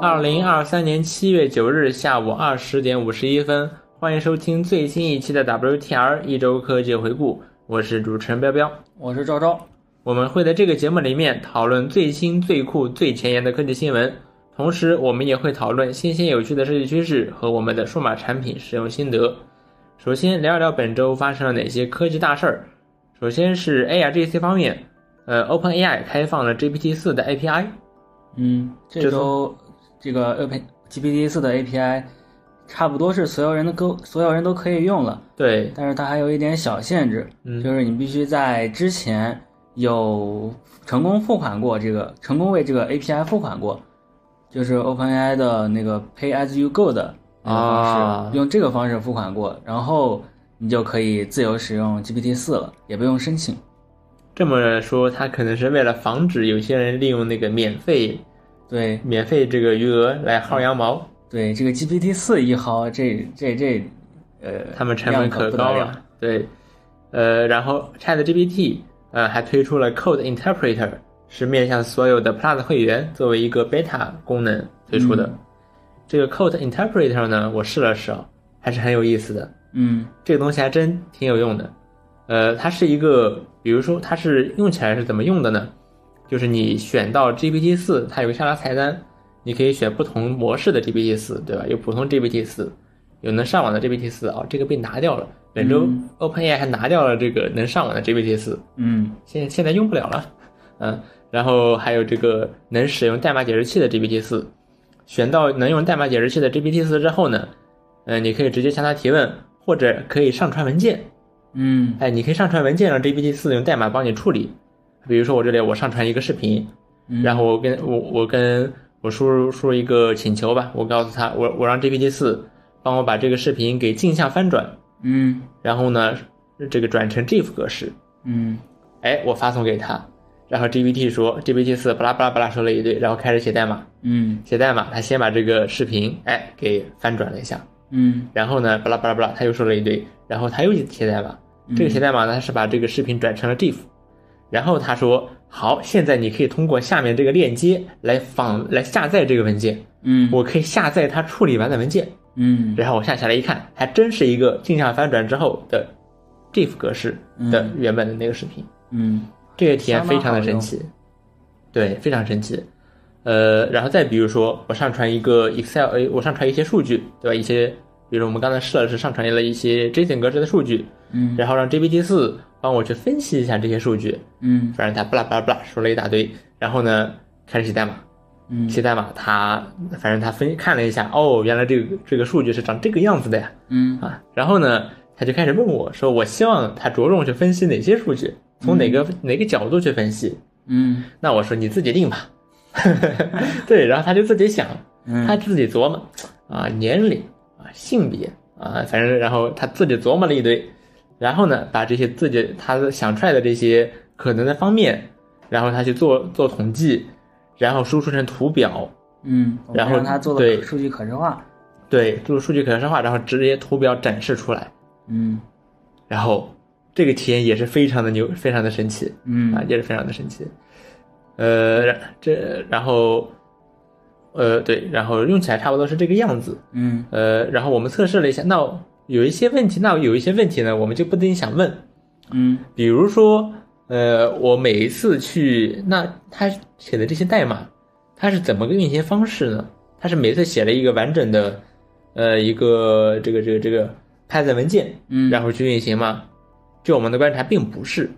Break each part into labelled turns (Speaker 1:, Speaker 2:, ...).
Speaker 1: 二零二三年七月九日下午二十点五十一分，欢迎收听最新一期的 WTR 一周科技回顾，我是主持人彪彪。
Speaker 2: 我是昭昭。
Speaker 1: 我们会在这个节目里面讨论最新、最酷、最前沿的科技新闻，同时我们也会讨论新鲜有趣的设计趋势和我们的数码产品使用心得。首先聊一聊本周发生了哪些科技大事儿。首先是 AIGC 方面，呃，OpenAI 开放了 GPT 4的 API，
Speaker 2: 嗯，
Speaker 1: 这
Speaker 2: 这周这个 Open GPT 四的 API 差不多是所有人的都所有人都可以用了，
Speaker 1: 对，
Speaker 2: 但是它还有一点小限制，
Speaker 1: 嗯
Speaker 2: 就是你必须在之前有成功付款过这个成功为这个 API 付款过，就是 OpenAI 的那个 Pay as you go 的那个方式，
Speaker 1: 啊
Speaker 2: 用这个方式付款过，然后你就可以自由使用 GPT 四了，也不用申请。
Speaker 1: 这么说，它可能是为了防止有些人利用那个免费、
Speaker 2: 对
Speaker 1: 免费这个余额来薅羊毛，
Speaker 2: 对，这个 GPT 四一号，这这这，呃，
Speaker 1: 他们成本
Speaker 2: 量
Speaker 1: 可
Speaker 2: 不
Speaker 1: 高
Speaker 2: 得
Speaker 1: 了。对，呃，然后 Chat GPT 呃还推出了 Code Interpreter，是面向所有的 Plus 会员作为一个 beta 功能推出的。
Speaker 2: 嗯
Speaker 1: 这个 Code Interpreter 呢，我试了试啊，还是很有意思的。
Speaker 2: 嗯
Speaker 1: 这个东西还真挺有用的。呃，它是一个，比如说它是用起来是怎么用的呢？就是你选到 GPT 四，它有个下拉菜单，你可以选不同模式的 GPT 四，对吧？有普通 GPT 四，有能上网的 GPT 四哦，这个被拿掉了。本周 OpenAI 还拿掉了这个能上网的 GPT 四，
Speaker 2: 嗯
Speaker 1: 现在现在用不了了，嗯，然后还有这个能使用代码解释器的 GPT 四，选到能用代码解释器的 GPT 四之后呢，嗯、你可以直接向它提问，或者可以上传文件，
Speaker 2: 嗯
Speaker 1: 哎，你可以上传文件让 GPT 四用代码帮你处理，比如说我这里我上传一个视频，
Speaker 2: 嗯，
Speaker 1: 然后我跟我我跟我输入输入一个请求吧，我告诉他我我让 GPT 四帮我把这个视频给镜像翻转，
Speaker 2: 嗯
Speaker 1: 然后呢这个转成 GIF 格式，
Speaker 2: 嗯
Speaker 1: 哎，我发送给他，然后 GPT 说 GPT 四巴拉巴拉巴拉说了一堆，然后开始写代码，
Speaker 2: 嗯
Speaker 1: 写代码，他先把这个视频哎给翻转了一下，
Speaker 2: 嗯
Speaker 1: 然后呢巴拉巴拉巴拉他又说了一堆，然后他又写代码，这个写代码呢是把这个视频转成了 GIF，然后他说好，现在你可以通过下面这个链接来访来下载这个文件，
Speaker 2: 嗯
Speaker 1: 我可以下载它处理完的文件，
Speaker 2: 嗯
Speaker 1: 然后我下下来一看，还真是一个镜像翻转之后的 GIF 格式的
Speaker 2: 嗯
Speaker 1: 原本的那个视频。
Speaker 2: 嗯
Speaker 1: 这个体验非常的神奇，对，非常神奇。呃，然后再比如说，我上传一个 Excel，呃，我上传一些数据，对吧？一些，比如说我们刚才试了试，上传了一些 JSON 格式的数据，
Speaker 2: 嗯
Speaker 1: 然后让 GPT 四帮我去分析一下这些数据，
Speaker 2: 嗯
Speaker 1: 反正它巴拉巴拉巴拉说了一大堆，然后呢，开始写代码，
Speaker 2: 嗯
Speaker 1: 写代码，它反正它分看了一下，哦，原来这个这个数据是长这个样子的呀，
Speaker 2: 嗯
Speaker 1: 啊，然后呢，他就开始问我说，我希望他着重去分析哪些数据，从哪个、哪个角度去分析。
Speaker 2: 嗯
Speaker 1: 那我说你自己定吧。 对，然后他就自己想，
Speaker 2: 嗯，
Speaker 1: 他自己琢磨啊，年龄啊，性别啊，反正然后他自己琢磨了一堆，然后呢，把这些自己他想出来的这些可能的方面，然后他去做做统计，然后输出成图表，
Speaker 2: 嗯，我们
Speaker 1: 然后
Speaker 2: 让他做
Speaker 1: 对
Speaker 2: 的数据可视化，
Speaker 1: 对，做数据可视化，然后直接图表展示出来，
Speaker 2: 嗯
Speaker 1: 然后这个体验也是非常的牛，非常的神奇啊，
Speaker 2: 嗯
Speaker 1: 也是非常的神奇。呃，然这然后，呃，对，然后用起来差不多是这个样子。
Speaker 2: 嗯
Speaker 1: 呃，然后我们测试了一下，那有一些问题，那有一些问题呢，我们就不定想问，
Speaker 2: 嗯
Speaker 1: 比如说，呃，我每一次去，那他写的这些代码，他是怎么个运行方式呢？他是每次写了一个完整的，呃，一个这个这个这个 Python 文件，
Speaker 2: 嗯
Speaker 1: 然后去运行吗？据我们的观察，并不是，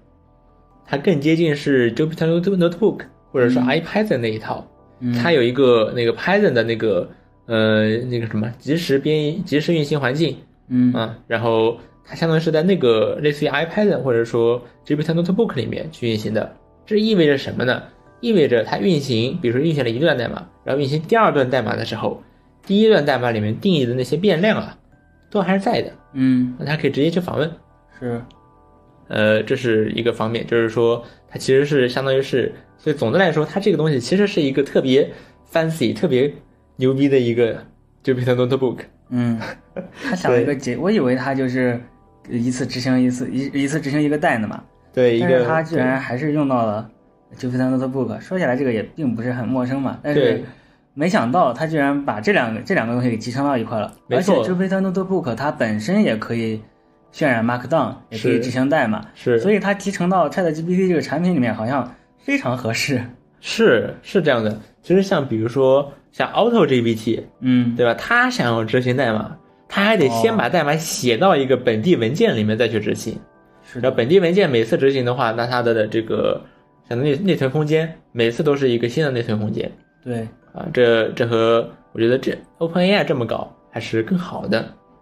Speaker 1: 它更接近是 Jupyter Notebook 或者是 IPython 那一套，
Speaker 2: 嗯，
Speaker 1: 它有一个那个 Python 的那个呃那个什么即时编译、即时运行环境，
Speaker 2: 嗯
Speaker 1: 嗯，然后它相当于是在那个类似于 iPad 或者说 Jupyter Notebook 里面去运行的。这意味着什么呢？意味着它运行，比如说运行了一段代码，然后运行第二段代码的时候，第一段代码里面定义的那些变量啊，都还是在的，
Speaker 2: 嗯
Speaker 1: 那它可以直接去访问。
Speaker 2: 是
Speaker 1: 呃，这是一个方面，就是说它其实是相当于是，所以总的来说，它这个东西其实是一个特别 fancy、特别牛逼的一个 Jupyter Notebook。
Speaker 2: 嗯，他想了一个结，我以为他就是一次执行一次一一次执行一个 d 的嘛，
Speaker 1: 对，一
Speaker 2: 但
Speaker 1: 个
Speaker 2: 是他居然还是用到了 Jupyter Notebook，说起来这个也并不是很陌生嘛，但
Speaker 1: 对
Speaker 2: 是没想到它居然把这两个这两个东西给集成到一块了。
Speaker 1: 没
Speaker 2: 而且
Speaker 1: 错
Speaker 2: Jupyter Notebook 它本身也可以渲染 Markdown，也可以
Speaker 1: 是
Speaker 2: 集成代码，
Speaker 1: 是
Speaker 2: 所以它集成到 ChatGPT 这个产品里面好像非常合适。
Speaker 1: 是是这样的。其实像比如说像 Auto GPT，
Speaker 2: 嗯，
Speaker 1: 对吧？他想要执行代码，他还得
Speaker 2: 哦
Speaker 1: 先把代码写到一个本地文件里面再去执行。
Speaker 2: 是
Speaker 1: 然
Speaker 2: 的
Speaker 1: 后，本地文件每次执行的话，那它的这个像内内存空间，每次都是一个新的内存空间
Speaker 2: 对，
Speaker 1: 啊。这这和我觉得这 OpenAI 这么搞还是更好的。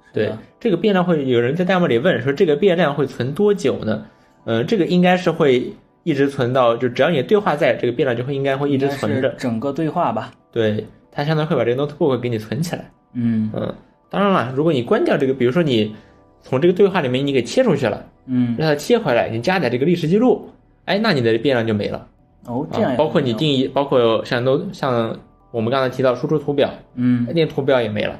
Speaker 2: 是
Speaker 1: 对
Speaker 2: 的，
Speaker 1: 这个变量会有人在弹幕里问说，这个变量会存多久呢？嗯、这个应该是会一直存到，就只要你对话在，这个变量就会应该会一直
Speaker 2: 应该
Speaker 1: 存
Speaker 2: 是
Speaker 1: 着。
Speaker 2: 整个对话吧。
Speaker 1: 对，它相当于会把这个 notebook 给你存起来。
Speaker 2: 嗯
Speaker 1: 嗯，当然了，如果你关掉这个，比如说你从这个对话里面你给切出去了，
Speaker 2: 嗯，
Speaker 1: 让它切回来，你加载这个历史记录，哎，那你的变量就没了
Speaker 2: 哦，这样
Speaker 1: 啊
Speaker 2: 也。
Speaker 1: 包括你
Speaker 2: 可以
Speaker 1: 定义，包括像都像我们刚才提到输出图表，
Speaker 2: 哦嗯
Speaker 1: 那个图表也没了，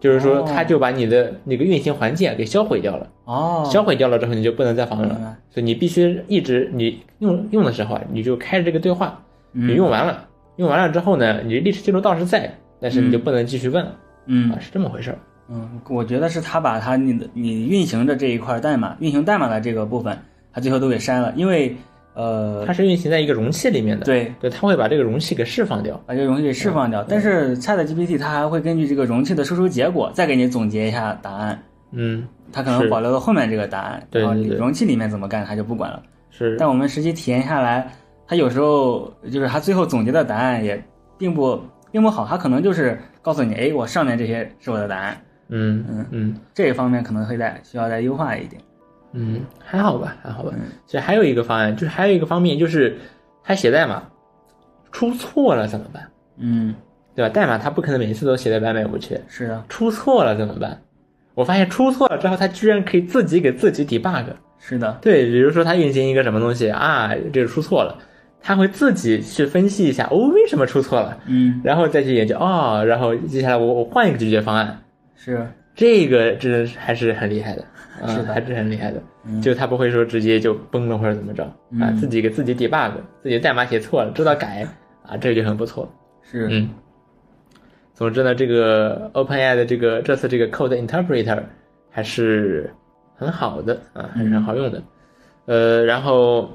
Speaker 1: 就是说
Speaker 2: 哦
Speaker 1: 它就把你的那个运行环境啊给销毁掉了，
Speaker 2: 哦，嗯
Speaker 1: 销毁掉了之后你就不能再访问
Speaker 2: 明白
Speaker 1: 了，所以你必须一直你用用的时候啊，你就开着这个对话，
Speaker 2: 嗯
Speaker 1: 你用完了，用完了之后呢，你历史记录倒是在，但是你就不能继续问了、
Speaker 2: 嗯
Speaker 1: 啊，是这么回事儿。
Speaker 2: 嗯，我觉得是他把他你的你运行的这一块代码，运行代码的这个部分，他最后都给删了，因为呃，
Speaker 1: 它是运行在一个容器里面的，
Speaker 2: 对，
Speaker 1: 对，它会把这个容器给释放掉。
Speaker 2: 把这个容器给释放
Speaker 1: 嗯
Speaker 2: 掉。但是 Chat GPT 它还会根据这个容器的输出结果，再给你总结一下答案。
Speaker 1: 嗯，
Speaker 2: 它可能
Speaker 1: 是
Speaker 2: 保留了后面这个答案，
Speaker 1: 对
Speaker 2: 然后
Speaker 1: 对
Speaker 2: 里
Speaker 1: 对
Speaker 2: 容器里面怎么干它就不管了。
Speaker 1: 是，
Speaker 2: 但我们实际体验下来，它有时候就是它最后总结的答案也并不并不好，它可能就是告诉你，哎，我上面这些是我的答案。
Speaker 1: 嗯
Speaker 2: 嗯
Speaker 1: 嗯嗯
Speaker 2: 这一方面可能会再需要再优化一点。
Speaker 1: 嗯，还好吧，还好吧
Speaker 2: 嗯。
Speaker 1: 其实还有一个方案，就是还有一个方面就是，它写代码出错了怎么办？
Speaker 2: 嗯，
Speaker 1: 对吧？代码它不可能每次都写的完美无缺，
Speaker 2: 是的，
Speaker 1: 出错了怎么办？我发现出错了之后，它居然可以自己给自己 debug。
Speaker 2: 是的，
Speaker 1: 对，比如说它运行一个什么东西啊，这个出错了，它会自己去分析一下，哦，为什么出错了，
Speaker 2: 嗯，
Speaker 1: 然后再去研究，哦，然后接下来我我换一个解决方案，
Speaker 2: 是，
Speaker 1: 这个真的是还是很厉害的，啊
Speaker 2: 是的
Speaker 1: 还是很厉害的。
Speaker 2: 嗯
Speaker 1: 就他不会说直接就崩了或者怎么着啊
Speaker 2: 嗯，
Speaker 1: 自己给自己 debug，自己代码写错了，知道改啊，这就很不错。
Speaker 2: 是，
Speaker 1: 嗯，总之呢，这个 OpenAI 的这个这次这个 Code Interpreter 还是很好的啊，还是很好用的。呃，然后，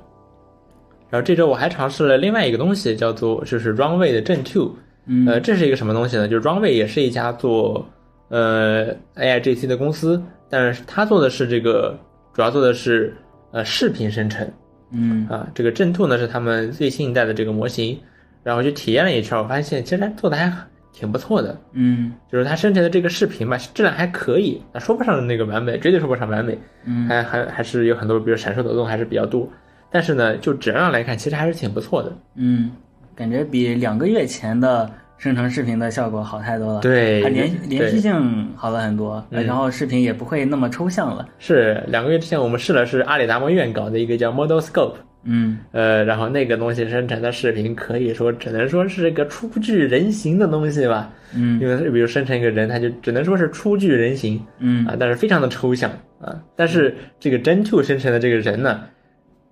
Speaker 1: 然后这周我还尝试了另外一个东西，叫做就是 Runway 的 Gen Two。
Speaker 2: 嗯
Speaker 1: 呃，这是一个什么东西呢？就是 Runway 也是一家做呃 AIGC 的公司，但是它做的是这个主要做的是呃视频生成
Speaker 2: 嗯
Speaker 1: 啊。这个 Gen Two 呢是他们最新一代的这个模型，然后我去体验了一圈，我发现其实它做的还挺不错的，
Speaker 2: 嗯
Speaker 1: 就是它生成的这个视频吧，质量还可以，啊，说不上那个完美，绝对说不上完美，
Speaker 2: 嗯，
Speaker 1: 还还还是有很多，比如闪烁抖动还是比较多。但是呢，就质量来看，其实还是挺不错的。
Speaker 2: 嗯，感觉比两个月前的生成视频的效果好太多了。
Speaker 1: 对
Speaker 2: 它连
Speaker 1: 对
Speaker 2: 连续性好了很多，
Speaker 1: 嗯
Speaker 2: 然后视频也不会那么抽象了。
Speaker 1: 是两个月之前我们试了是阿里达摩院搞的一个叫 Model Scope，
Speaker 2: 嗯，
Speaker 1: 呃，然后那个东西生成的视频可以说只能说是个初具人形的东西吧，
Speaker 2: 嗯
Speaker 1: 因为比如生成一个人，它就只能说是初具人形，
Speaker 2: 嗯
Speaker 1: 啊，但是非常的抽象啊。但是这个 Gen Two 生成的这个人呢，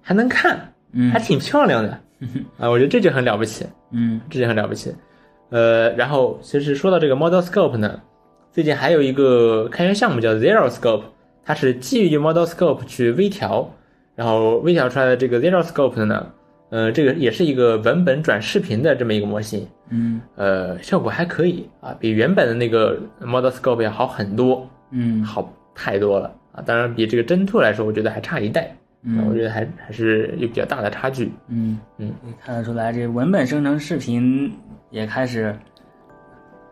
Speaker 1: 还能看，
Speaker 2: 嗯
Speaker 1: 还挺漂亮 的，啊，我觉得这就很了不起，
Speaker 2: 嗯
Speaker 1: 这就很了不起。呃，然后其实说到这个 Model Scope 呢，最近还有一个开源项目叫 Zero Scope，它是基于 Model Scope 去微调，然后微调出来的这个 Zero Scope 呢，呃，这个也是一个文本转视频的这么一个模型，
Speaker 2: 嗯
Speaker 1: 呃，效果还可以啊，比原本的那个 Model Scope 要好很多，
Speaker 2: 嗯
Speaker 1: 好太多了啊。当然比这个真兔来说，我觉得还差一代，啊我
Speaker 2: 嗯
Speaker 1: 觉得还还是有比较大的差距。
Speaker 2: 嗯
Speaker 1: 嗯，
Speaker 2: 看得出来这文本生成视频也开始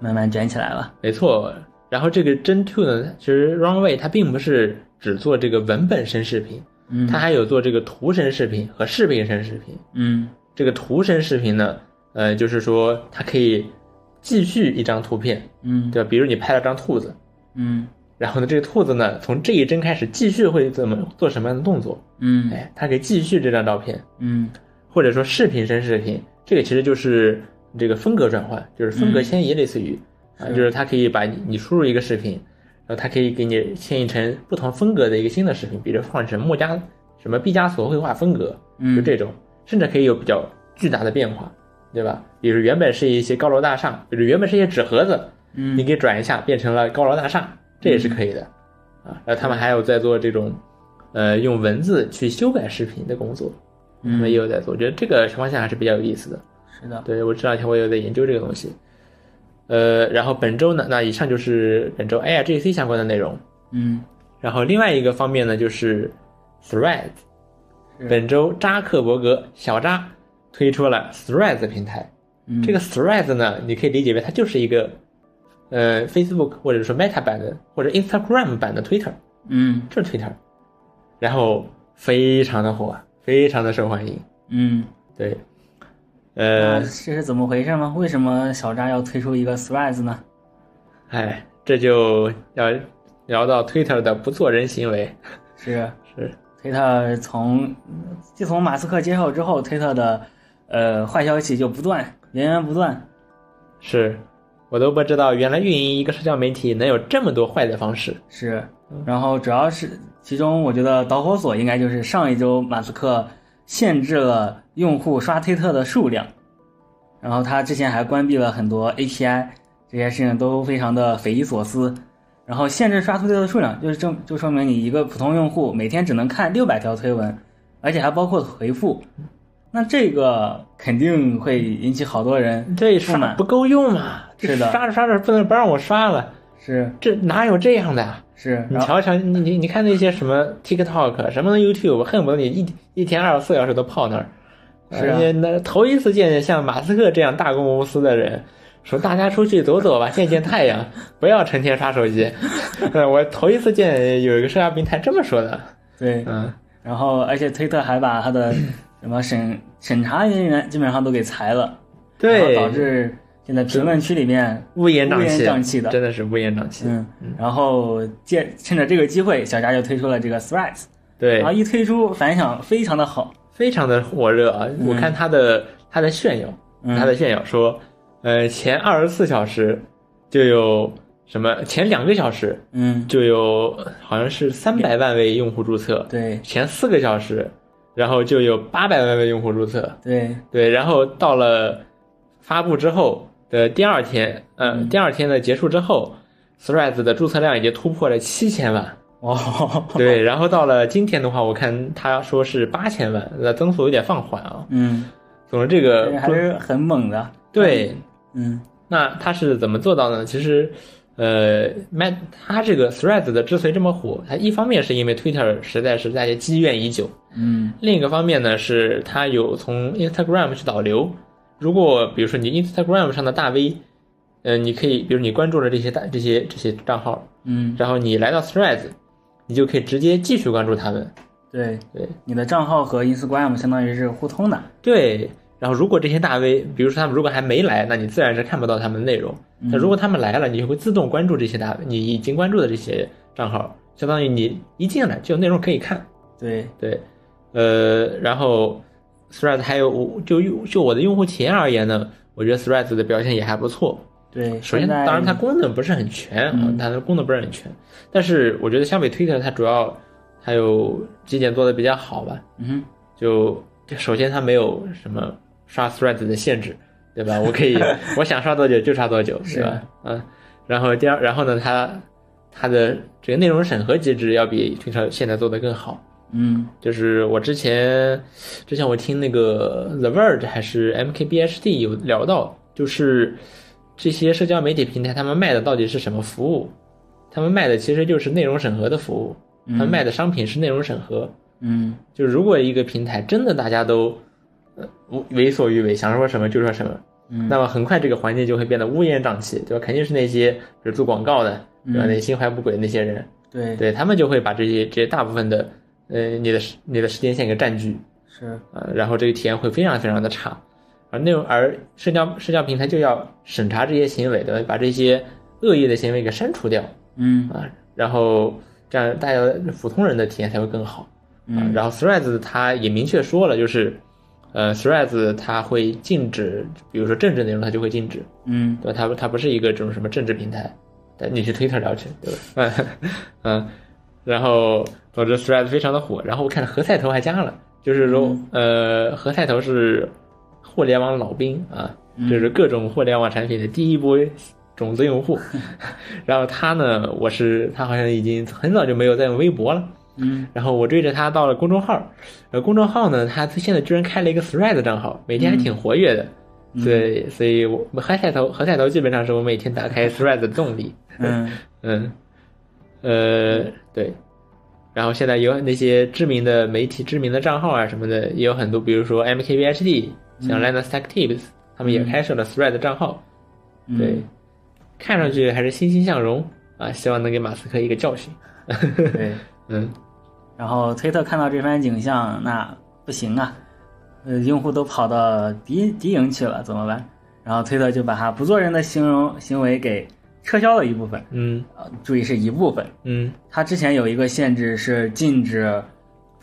Speaker 2: 慢慢卷起来了。
Speaker 1: 没错。然后这个真 two 呢，其实 Runway 它并不是只做这个文本生视频，
Speaker 2: 嗯
Speaker 1: 它还有做这个图生视频和视频生视频。
Speaker 2: 嗯
Speaker 1: 这个图生视频呢，呃，就是说它可以继续一张图片，
Speaker 2: 嗯
Speaker 1: 对吧？比如你拍了张兔子，
Speaker 2: 嗯
Speaker 1: 然后呢，这个兔子呢，从这一帧开始继续会怎么做什么样的动作？
Speaker 2: 嗯
Speaker 1: 哎，它可以继续这张照片，
Speaker 2: 嗯
Speaker 1: 或者说视频生视频，这个其实就是这个风格转换，就是风格迁移，类似于、啊，
Speaker 2: 是
Speaker 1: 就是它可以把你你输入一个视频，然后它可以给你迁移成不同风格的一个新的视频，比如换成墨家什么毕加索绘画风格，
Speaker 2: 嗯
Speaker 1: 就这种，甚至可以有比较巨大的变化。对吧？比如原本是一些高楼大厦，比如原本是一些纸盒子，
Speaker 2: 嗯
Speaker 1: 你给转一下变成了高楼大厦，这也是可以的啊。然后他们还有在做这种，呃，用文字去修改视频的工作，他
Speaker 2: 嗯
Speaker 1: 们也有在做。我觉得这个情况下还是比较有意思的。
Speaker 2: 是的，
Speaker 1: 对我这两天我也有在研究这个东西。呃，然后本周呢，那以上就是本周哎 AIGC 相关的内容。
Speaker 2: 嗯，
Speaker 1: 然后另外一个方面呢，就是 Threads，
Speaker 2: 是
Speaker 1: 本周扎克伯格小扎推出了 Threads 平台。
Speaker 2: 嗯
Speaker 1: 这个 Threads 呢，你可以理解为它就是一个呃 Facebook 或者说 Meta 版的或者 Instagram 版的 Twitter，
Speaker 2: 嗯
Speaker 1: 就是 Twitter，然后非常的火，非常的受欢迎。
Speaker 2: 嗯，
Speaker 1: 对，
Speaker 2: 那
Speaker 1: 呃
Speaker 2: 这，是怎么回事吗？为什么小扎要推出一个 Threads 呢？
Speaker 1: 哎，这就要聊到 Twitter 的不做人行为，
Speaker 2: 是
Speaker 1: 是
Speaker 2: Twitter 从自从马斯克接手之后，Twitter 的呃坏消息就不断，源源不断。
Speaker 1: 是，我都不知道原来运营一个社交媒体能有这么多坏的方式。
Speaker 2: 是，然后主要是其中，我觉得导火索应该就是上一周马斯克限制了用户刷推特的数量，然后他之前还关闭了很多 API，这些事情都非常的匪夷所思。然后限制刷推特的数量，就是证就说明你一个普通用户每天只能看六百条推文，而且还包括回复。那这个肯定会引起好多人
Speaker 1: 这
Speaker 2: 不
Speaker 1: 刷
Speaker 2: 满
Speaker 1: 不够用啊！这
Speaker 2: 是的
Speaker 1: 刷着刷着不能不让我刷了，
Speaker 2: 是
Speaker 1: 这哪有这样的啊？
Speaker 2: 是，
Speaker 1: 你
Speaker 2: 然后
Speaker 1: 瞧瞧，你你你看那些什么 TikTok，什么 YouTube，恨不得你一一天二十四小时都泡那儿。
Speaker 2: 是啊
Speaker 1: 而且那头一次见像马斯克这样大公无私的人，说大家出去走 走吧，见见太阳，不要成天刷手机。 呃我头一次见有一个社交平台这么说的。
Speaker 2: 对，
Speaker 1: 嗯，
Speaker 2: 然后而且推特还把 他的什么审审查人员基本上都给裁了，
Speaker 1: 对，
Speaker 2: 然后导致现在评论区里面，
Speaker 1: 乌烟瘴
Speaker 2: 乌
Speaker 1: 气，啊
Speaker 2: 烟瘴气的
Speaker 1: 真的是乌烟瘴气。
Speaker 2: 嗯，然后借趁着这个机会，小扎就推出了这个 Threads，
Speaker 1: 对
Speaker 2: 然后，一推出反响非常的好，
Speaker 1: 非常的火热啊！我看他的他的炫耀，
Speaker 2: 嗯
Speaker 1: 他的炫耀说，呃，前二十四小时就有什么，前两个小时
Speaker 2: 嗯，
Speaker 1: 就有好像是三百万位用户注册，
Speaker 2: 对
Speaker 1: 前四个小时，然后就有八百万位用户注册，
Speaker 2: 对，
Speaker 1: 对，然后到了发布之后的第二天，呃，第二天的结束之后，Threads 的注册量已经突破了七千万。
Speaker 2: 哦，
Speaker 1: 对，然后到了今天的话，我看他说是八千万，那增速有点放缓啊。
Speaker 2: 嗯，
Speaker 1: 总之，这个
Speaker 2: 还是很猛的，
Speaker 1: 对，
Speaker 2: 嗯
Speaker 1: 那他是怎么做到呢？其实，呃，Meta 它这个 Threads 的之所以这么火，它一方面是因为 Twitter 实在是大家积怨已久，
Speaker 2: 嗯
Speaker 1: 另一个方面呢是它有从 Instagram 去导流。如果比如说你 Instagram 上的大 V，嗯、你可以，比如你关注了这些大这些这些账号，
Speaker 2: 嗯，
Speaker 1: 然后你来到 Threads，你就可以直接继续关注他们。
Speaker 2: 对，
Speaker 1: 对，
Speaker 2: 你的账号和 Instagram 相当于是互通的，
Speaker 1: 对，然后如果这些大 V，比如说他们如果还没来，那你自然是看不到他们的内容。那如果他们来了，你就会自动关注这些大 V，你已经关注的这些账号，相当于你一进来就有内容可以看。
Speaker 2: 对，
Speaker 1: 对，呃，然后 Threads 还有我就用就我的用户体验而言呢，我觉得 Threads 的表现也还不错。
Speaker 2: 对，
Speaker 1: 首先，
Speaker 2: 现在
Speaker 1: 当然它功能不是很全啊，它的功能不是很全，但是我觉得相比 Twitter，它主要还有几点做的比较好吧。
Speaker 2: 嗯
Speaker 1: 就首先它没有什么刷 Threads 的限制，对吧？我可以我想刷多久就刷多久，
Speaker 2: 是
Speaker 1: 对吧？嗯，然后第二，然后呢，它它的这个内容审核机制要比 Twitter 现在做的更好。
Speaker 2: 嗯
Speaker 1: 就是我之前之前我听那个 The Verge 还是 MKBHD 有聊到，就是这些社交媒体平台他们卖的到底是什么服务？他们卖的其实就是内容审核的服务，他们卖的商品是内容审核。
Speaker 2: 嗯
Speaker 1: 就如果一个平台真的大家都呃无为所欲为，想说什么就说什么，
Speaker 2: 嗯
Speaker 1: 那么很快这个环境就会变得乌烟瘴气，对吧？肯定是那些比如做广告的，对吧？
Speaker 2: 嗯
Speaker 1: 那心怀不轨的那些人，
Speaker 2: 对
Speaker 1: 对他们就会把这些这些大部分的呃你的时你的时间线给占据
Speaker 2: 是
Speaker 1: 啊、呃然后这个体验会非常非常的差。而内容而社交社交平台就要审查这些行为，对吧？把这些恶意的行为给删除掉
Speaker 2: 嗯
Speaker 1: 啊、然后这样大家普通人的体验才会更好。啊，
Speaker 2: 嗯
Speaker 1: 然后 Threads 它也明确说了，就是，呃，Threads 它会禁止，比如说政治内容，它就会禁止，
Speaker 2: 嗯。
Speaker 1: 对吧？它它不是一个这种什么政治平台，但你去 Twitter 聊去，对吧？ 嗯，然后总之 Threads 非常的火，然后我看何菜头还加了，就是说，呃，何菜头是互联网老兵啊，就是各种互联网产品的第一波种子用户。然后他呢，我是他好像已经很早就没有在用微博了。
Speaker 2: 嗯，
Speaker 1: 然后我追着他到了公众号，呃，公众号呢，他现在居然开了一个 Thread 账号，每天还挺活跃的。对，所以我何菜头何菜头基本上是我每天打开 Thread 的动力。
Speaker 2: 嗯
Speaker 1: 嗯，呃，对。然后现在有那些知名的媒体、知名的账号啊什么的，也有很多，比如说 MKBHD，像 Linus Tech Tips，他们也开设了 Thread 账号。
Speaker 2: 嗯
Speaker 1: 对，看上去还是欣欣向荣啊，希望能给马斯克一个教训。
Speaker 2: 对。
Speaker 1: 嗯，
Speaker 2: 然后推特看到这番景象，那不行啊，呃，用户都跑到敌敌营去了，怎么办？然后推特就把他不做人的形容行为给撤销了一部分，
Speaker 1: 嗯
Speaker 2: 呃，注意是一部分。
Speaker 1: 嗯
Speaker 2: 它之前有一个限制是禁止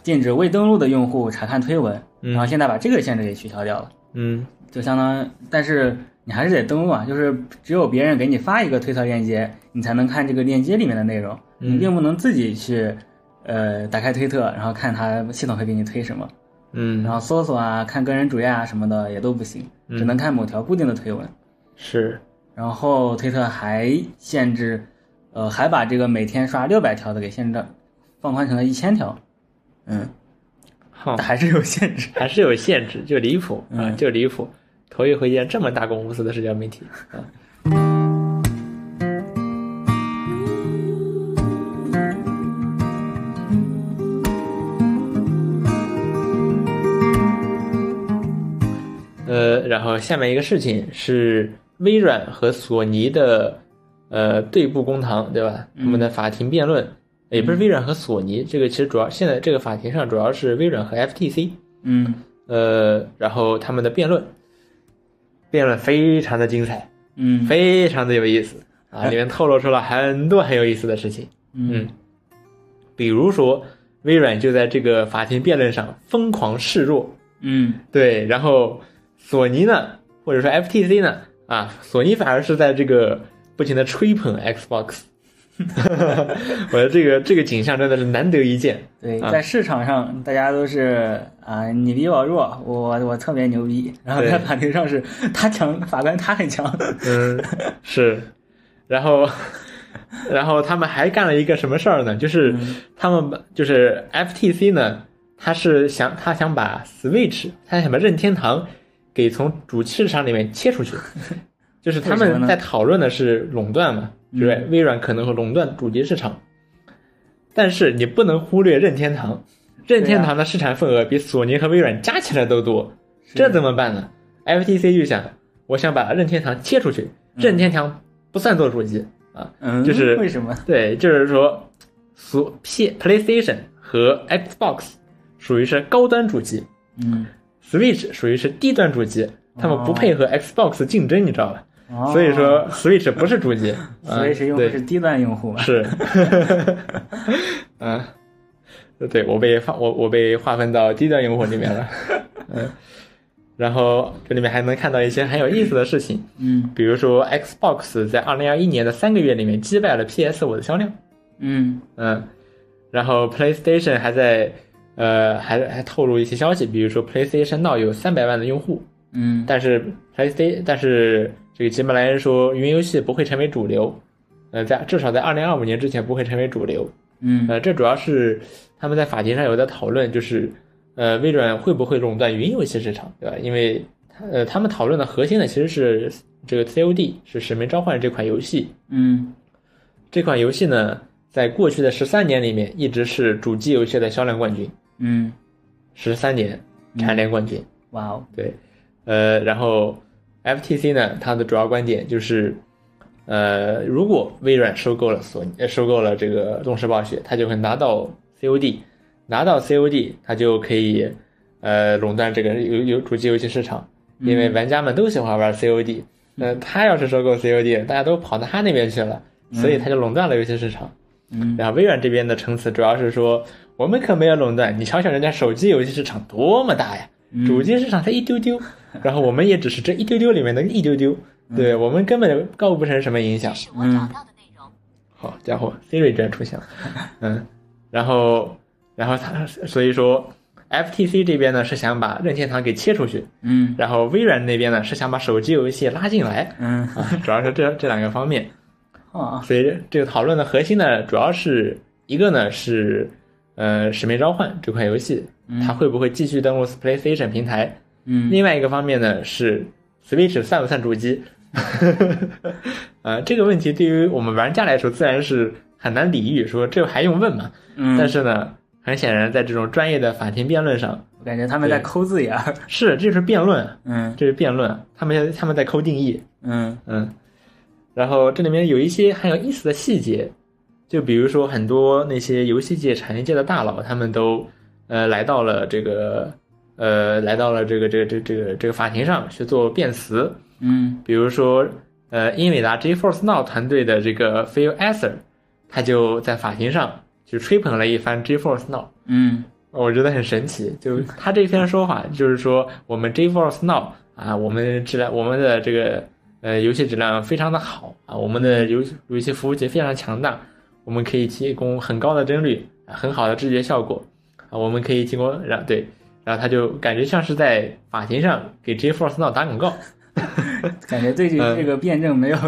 Speaker 2: 禁止未登录的用户查看推文，
Speaker 1: 嗯
Speaker 2: 然后现在把这个限制给取消掉了，
Speaker 1: 嗯
Speaker 2: 就相当，但是你还是得登录啊，就是只有别人给你发一个推特链接，你才能看这个链接里面的内容，
Speaker 1: 嗯
Speaker 2: 你并不能自己去呃打开推特，然后看它系统会给你推什么，然
Speaker 1: 嗯，
Speaker 2: 后搜索啊、看个人主页啊什么的也都不行，只能看某条固定的推文。
Speaker 1: 是，
Speaker 2: 然后推特还限制，呃，还把这个每天刷六百条的给限制，放宽成了一千条，嗯，
Speaker 1: 好
Speaker 2: 但，还是有限制。
Speaker 1: 还是有限制，就离谱啊，
Speaker 2: 嗯
Speaker 1: 就离谱。头一回见这么大公无私的社交媒体啊，呃，然后下面一个事情是微软和索尼的呃对簿公堂，对吧？他们的法庭辩论、也不是微软和索尼，这个其实主要现在这个法庭上主要是微软和 FTC，
Speaker 2: 嗯
Speaker 1: 呃，然后他们的辩论，辩论非常的精彩，
Speaker 2: 嗯
Speaker 1: 非常的有意思啊，里面透露出了很多很有意思的事情，
Speaker 2: 嗯
Speaker 1: 比如说微软就在这个法庭辩论上疯狂示弱，
Speaker 2: 嗯
Speaker 1: 对，然后索尼呢，或者说 FTC 呢，啊，索尼反而是在这个不停的吹捧 Xbox，我觉得这个这个景象真的是难得一见，
Speaker 2: 对，
Speaker 1: 啊
Speaker 2: 在市场上大家都是啊，你比我弱，我我特别牛逼。然后在
Speaker 1: 对
Speaker 2: 法庭上是他强，法官他很强。
Speaker 1: 嗯，是，然后，然后他们还干了一个什么事儿呢？就是他们把就是 FTC 呢，他是想他想把 Switch，他想把任天堂给从主机市场里面切出去，就是他
Speaker 2: 为什么
Speaker 1: 们
Speaker 2: 呢
Speaker 1: 在讨论的是垄断嘛，就是微软可能会垄断主机市场，但是你不能忽略任天堂，任天堂的市场份额比索尼和微软加起来都多，这怎么办呢？FTC 就想，我想把任天堂切出去，任天堂不算做主机啊，
Speaker 2: 嗯，
Speaker 1: 就是
Speaker 2: 为什么？
Speaker 1: 对，就是说，所 P PlayStation 和 Xbox 属于是高端主机
Speaker 2: 嗯，
Speaker 1: ，Switch 属于是低端主机，他们不配合 Xbox 竞争，你知道吧？
Speaker 2: 哦
Speaker 1: 所以说 Switch 不是主 机，啊
Speaker 2: 所以是用户
Speaker 1: 对
Speaker 2: 是低端用户嘛？
Speaker 1: 是，嗯，对我被划我我被划分到低端用户里面了，嗯，然后这里面还能看到一些很有意思的事情，
Speaker 2: 嗯
Speaker 1: 比如说 Xbox 在二零二一年的三个月里面击败了 PS 五的销量，
Speaker 2: 嗯
Speaker 1: 嗯，然后 PlayStation 还在呃还还透露一些消息，比如说 PlayStation Now 有三百万的用户，
Speaker 2: 嗯
Speaker 1: 但是 PlayStation 但是这个吉姆莱恩说云游戏不会成为主流，呃，在至少在二零二五年之前不会成为主流，
Speaker 2: 嗯
Speaker 1: 呃，这主要是他们在法庭上有在讨论，就是呃，微软会不会垄断云游戏市场，对吧？因为呃，他们讨论的核心呢其实是这个 COD 是《使命召唤》这款游戏，
Speaker 2: 嗯
Speaker 1: 这款游戏呢在过去的十三年里面一直是主机游戏的销量冠军，
Speaker 2: 嗯，
Speaker 1: 十三年蝉联冠军。
Speaker 2: 哇哦，
Speaker 1: 对，呃，然后 FTC 呢，它的主要观点就是，呃，如果微软收购了索尼，呃收购了这个动视暴雪，它就会拿到 COD，拿到 COD，它就可以呃垄断这个游游主机游戏市场，因为玩家们都喜欢玩 COD，那、他呃要是收购 COD，大家都跑到他那边去了，所以他就垄断了游戏市场。
Speaker 2: 嗯
Speaker 1: 然后微软这边的陈词主要是说，我们可没有垄断，你瞧瞧人家手机游戏市场多么大呀，主机市场才一丢丢，然后我们也只是这一丢丢里面的一丢丢，对我们根本构不成什么影响。
Speaker 3: 是我找到的内容。
Speaker 1: 好家伙，Siri 居然出现了，嗯，然后然后他所以说 FTC 这边呢是想把任天堂给切出去，
Speaker 2: 嗯
Speaker 1: 然后微软那边呢是想把手机游戏拉进来
Speaker 2: 嗯
Speaker 1: 啊，主要是这这两个方面。
Speaker 2: 啊
Speaker 1: 所以这个讨论的核心呢，主要是一个呢是呃《使命召唤》这款游戏，它会不会继续登陆 PlayStation 平台？
Speaker 2: 嗯
Speaker 1: 另外一个方面呢是 Switch 算不算主机？ 呃，这个问题对于我们玩家来说，自然是很难理喻，说这还用问吗？
Speaker 2: 嗯，
Speaker 1: 但是呢，很显然，在这种专业的法庭辩论上，
Speaker 2: 我感觉他们在
Speaker 1: 对
Speaker 2: 抠字眼儿，
Speaker 1: 是这是辩论，
Speaker 2: 嗯
Speaker 1: 这是辩论，他们他们在抠定义，
Speaker 2: 嗯
Speaker 1: 嗯，然后这里面有一些很有意思的细节，就比如说很多那些游戏界、产业界的大佬，他们都呃来到了这个呃来到了这个这个这个这个这个法庭上去做辩词，
Speaker 2: 嗯
Speaker 1: 比如说呃英伟达 GeForce Now 团队的这个 Phil Esser，他就在法庭上就吹捧了一番 GeForce Now。
Speaker 2: 嗯
Speaker 1: 我觉得很神奇，就是他这篇说法，就是说我们 GeForce Now 啊，我们质量，我们的这个呃游戏质量非常的好啊，我们的游游戏服务器非常强大，我们可以提供很高的帧率、啊很好的视觉效果啊，我们可以提供让对，然后他就感觉像是在法庭上给 GeForce Now 打广告，
Speaker 2: 感觉对这
Speaker 1: 嗯
Speaker 2: 这个辩证没有